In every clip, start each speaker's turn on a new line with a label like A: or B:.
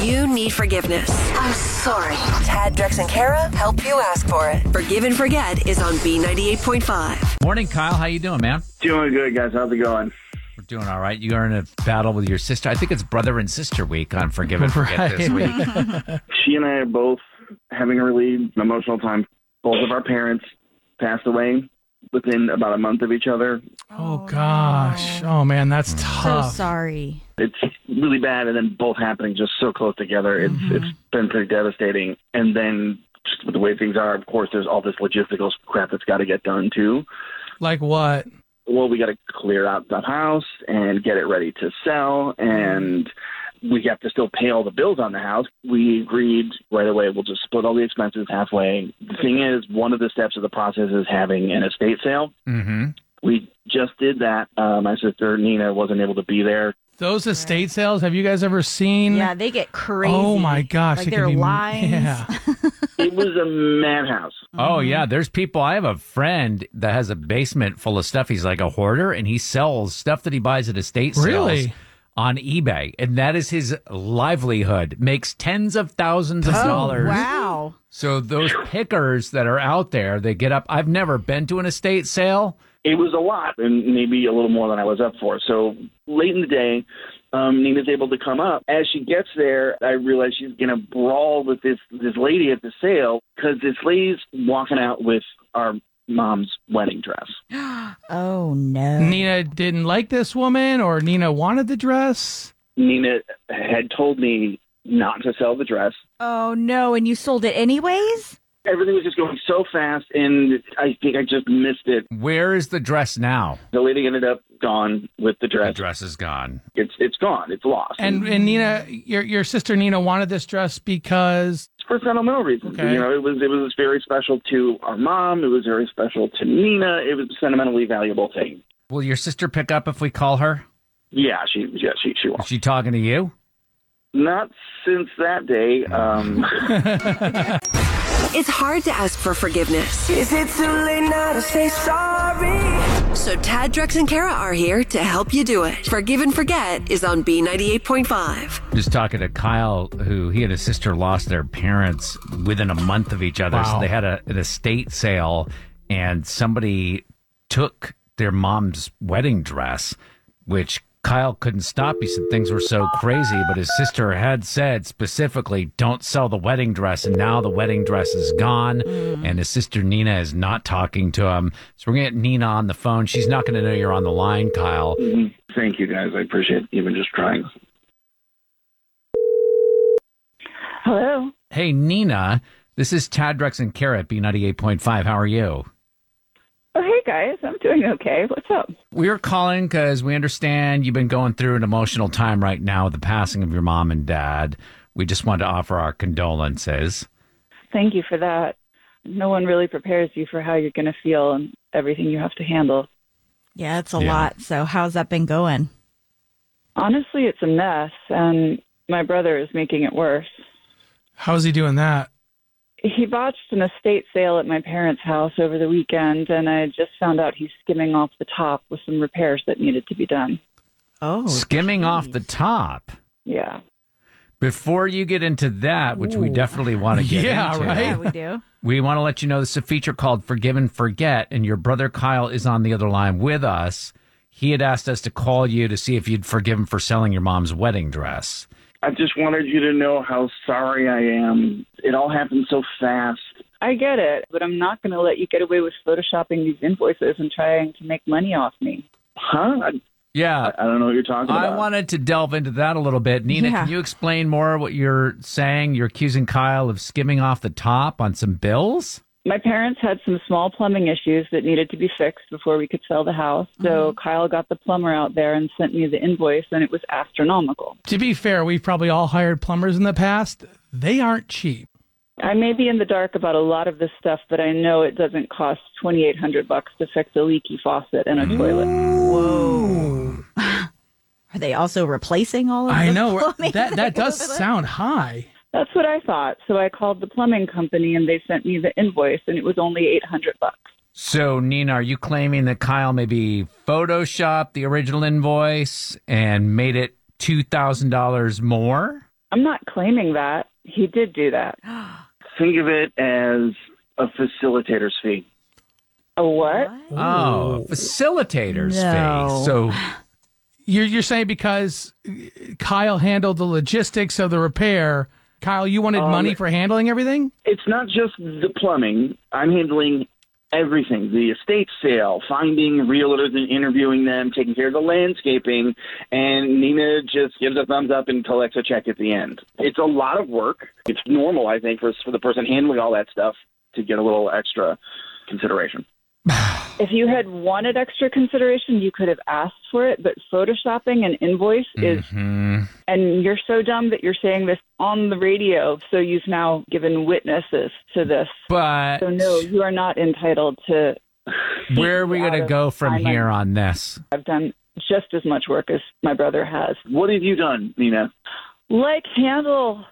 A: You need forgiveness.
B: I'm sorry.
A: Tad, Drex, and Kara help you ask for it. Forgive and Forget is on B98.5.
C: Morning, Kyle. How you doing, man?
D: Doing good, guys. How's it going?
C: We're doing all right. You are in a battle with your sister. I think it's brother and sister week on Forgive and Forget this week.
D: She and I are both having a really emotional time. Both of our parents passed away within about a month of each other.
E: Oh, gosh. Oh man, that's
F: So
E: tough.
F: sorry.
D: It's really bad, and then both happening just so close together. It's it's been pretty devastating. And then just with the way things are, of course, there's all this logistical crap that's got to get done too.
E: like what?
D: well, we got to clear out the house and get it ready to sell, and we have to still pay all the bills on the house. We agreed right away we'll just split all the expenses halfway. The thing is, one of the steps of the process is having an estate sale.
C: Mm-hmm.
D: We just did that. Uh, my sister Nina wasn't able to be there.
E: Those estate sales? Have you guys ever seen?
F: Yeah, they get crazy.
E: Oh my gosh,
F: Like
E: it can
F: they're
E: be-
F: lines.
E: yeah.
D: It was a madhouse.
C: Oh yeah, there's people. I have a friend that has a basement full of stuff. He's like a hoarder, and he sells stuff that he buys at estate sales
E: Really?
C: on eBay, and that is his livelihood. Makes tens of thousands of dollars.
F: Wow.
C: So those pickers that are out there, they get up. I've never been to an estate sale.
D: it was a lot and maybe a little more than I was up for. So late in the day, um, Nina's able to come up. As she gets there, I realize she's going to brawl with this this lady at the sale because this lady's walking out with our mom's wedding dress.
F: Oh no.
E: Nina didn't like this woman, or Nina wanted the dress.
D: Nina had told me not to sell the dress.
F: Oh no, and you sold it anyways?
D: Everything was just going so fast, and I think I just missed it.
C: Where is the dress now?
D: The lady ended up gone with the
C: The
D: dress.
C: dress is gone.
D: It's it's gone. It's lost.
E: And
F: Mm-hmm.
E: and Nina, your your sister Nina wanted this dress because
D: for sentimental reasons.
E: Okay.
D: You know, it was it was very special to our mom. It was very special to Nina. It was a sentimentally valuable thing.
C: Will your sister pick up if we call her?
D: Yeah, she yeah she she
C: Is
D: was
C: she talking to you?
D: not since that day. Um,
A: It's hard to ask for forgiveness.
B: Is it too late now to say sorry?
A: So Tad, Drex, and Kara are here to help you do it. Forgive and Forget is on B98.5.
C: Just talking to Kyle, who he and his sister lost their parents within a month of each other. So
E: Wow.
C: they had a, an estate sale, and somebody took their mom's wedding dress, which Kyle couldn't stop. He said things were so crazy, but his sister had said specifically, don't sell the wedding dress. And now the wedding dress is gone, and his sister Nina is not talking to him. So we're going to get Nina on the phone. She's not going to know you're on the line, Kyle.
D: thank you guys. I appreciate even just trying.
G: Hello.
C: Hey, Nina, this is Tad Drex and Kara at B98.5. How are you?
G: Oh, hey guys, I'm doing okay. What's up?
C: We're calling because we understand you've been going through an emotional time right now with the passing of your mom and dad. We just want to offer our condolences.
G: Thank you for that. No one really prepares you for how you're going to feel and everything you have to handle.
F: Yeah, it's a
C: Yeah.
F: lot. So how's that been going?
G: Honestly, it's a mess, and my brother is making it worse.
E: how's he doing that?
G: He botched an estate sale at my parents' house over the weekend, and I just found out he's skimming off the top with some repairs that needed to be done.
F: Oh.
C: Skimming off the top.
G: Yeah.
C: Before you get into that, which we definitely want to get
E: Yeah,
C: into,
E: right?
F: Yeah, we do.
C: we want to let you know this is a feature called Forgive and Forget, and your brother Kyle is on the other line with us. He had asked us to call you to see if you'd forgive him for selling your mom's wedding dress.
D: I just wanted you to know how sorry I am. It all happened so fast.
G: I get it, but I'm not going to let you get away with photoshopping these invoices and trying to make money off me.
D: Huh? I,
C: Yeah.
D: I don't know what you're talking
C: I
D: about.
C: wanted to delve into that a little bit. Nina,
F: Yeah.
C: can you explain more what you're saying? You're accusing Kyle of skimming off the top on some bills?
G: My parents had some small plumbing issues that needed to be fixed before we could sell the house. So Kyle got the plumber out there and sent me the invoice, and it was astronomical.
E: To be fair, we've probably all hired plumbers in the past. They aren't cheap.
G: I may be in the dark about a lot of this stuff, but I know it doesn't cost twenty eight hundred bucks to fix a leaky faucet and a toilet.
F: Are they also replacing all of
E: I
F: the
E: know we're-
F: plumbing
E: that that does
F: goes with it?
E: sound high.
G: That's what I thought. So I called the plumbing company, and they sent me the invoice, and it was only eight hundred bucks.
C: So, Nina, are you claiming that Kyle maybe photoshopped the original invoice and made it $2,000 more?
G: I'm not claiming that he did do that.
D: Think of it as a facilitator's fee.
G: A what?
C: Oh, facilitator's
F: No.
C: fee. So,
E: You're you're saying because Kyle handled the logistics of the repair. Kyle, you wanted money
G: Um,
C: Um,
E: for handling everything.
D: it's not just the plumbing. I'm handling everything the estate sale, finding realtors and interviewing them, taking care of the landscaping, and Nina just gives a thumbs up and collects a check at the end. It's a lot of work. It's normal, I think, for, for the person handling all that stuff to get a little extra consideration.
G: If you had wanted extra consideration, you could have asked for it. But photoshopping an invoice is,
C: Mhm.
G: and you're so dumb that you're saying this on the radio. So you've now given witnesses to this.
C: but
G: So no, you are not entitled to.
C: where are we
G: out
C: going to
G: of
C: go from
G: my mind.
C: here on this?
G: I've done just as much work as my brother has.
D: What have you done, Nina?
G: Like handle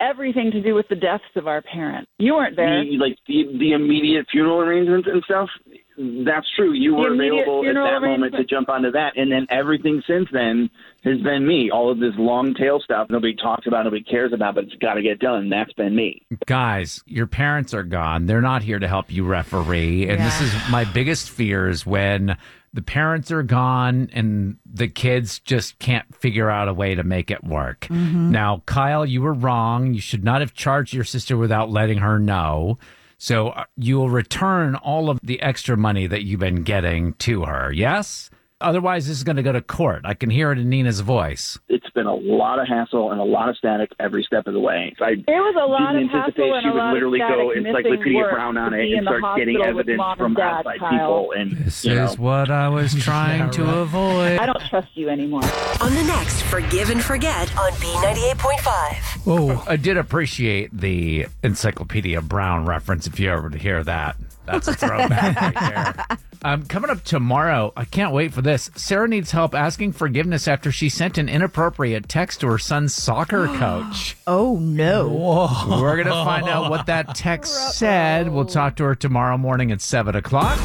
G: everything to do with the deaths of our parents. You weren't there.
D: The, like the, the immediate funeral arrangements and stuff? That's true. You were
G: immediate
D: available at
G: funeral
D: that moment to
G: arrangements.
D: jump onto that. And then everything since then has been me. All of this long tail stuff nobody talks about, nobody cares about, but it's got to get done. That's been me.
C: Guys, your parents are gone. They're not here to help you referee. And this is my biggest fear is when the parents are gone and the kids just can't figure out a way to make it work. Now, Kyle, you were wrong. You should not have charged your sister without letting her know. So uh, you'll return all of the extra money that you've been getting to her. Yes? Otherwise, this is going to go to court. I can hear it in Nina's voice.
D: It's been a lot of hassle and a lot of static every step of the way. I
G: There was a lot
D: didn't
G: of hassle
D: anticipate
G: and
D: she
G: a
D: would
G: lot
D: literally
G: of static
D: go
G: missing
D: Encyclopedia
G: work
D: Brown on
G: to
D: it
G: be
D: and
G: in the
D: start getting
G: hospital with
D: evidence
G: mom and
D: from
G: dad,
D: outside
G: Kyle.
D: people. And
C: This
D: you know.
C: is what I was trying to avoid.
G: I don't trust you anymore.
A: On the next Forgive and Forget on B98.5.
E: Oh,
C: I did appreciate the Encyclopedia Brown reference. If you ever to hear that, that's a throwback right there. Um, coming up tomorrow, I can't wait for this. Sarah needs help asking forgiveness after she sent an inappropriate text to her son's soccer coach.
F: Oh no.
C: We're gonna find out what that text said. We'll talk to her tomorrow morning at seven o'clock.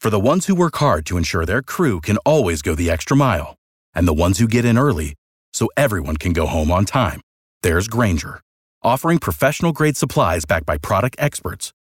H: For the ones who work hard to ensure their crew can always go the extra mile, and the ones who get in early so everyone can go home on time, there's Granger, offering professional grade supplies backed by product experts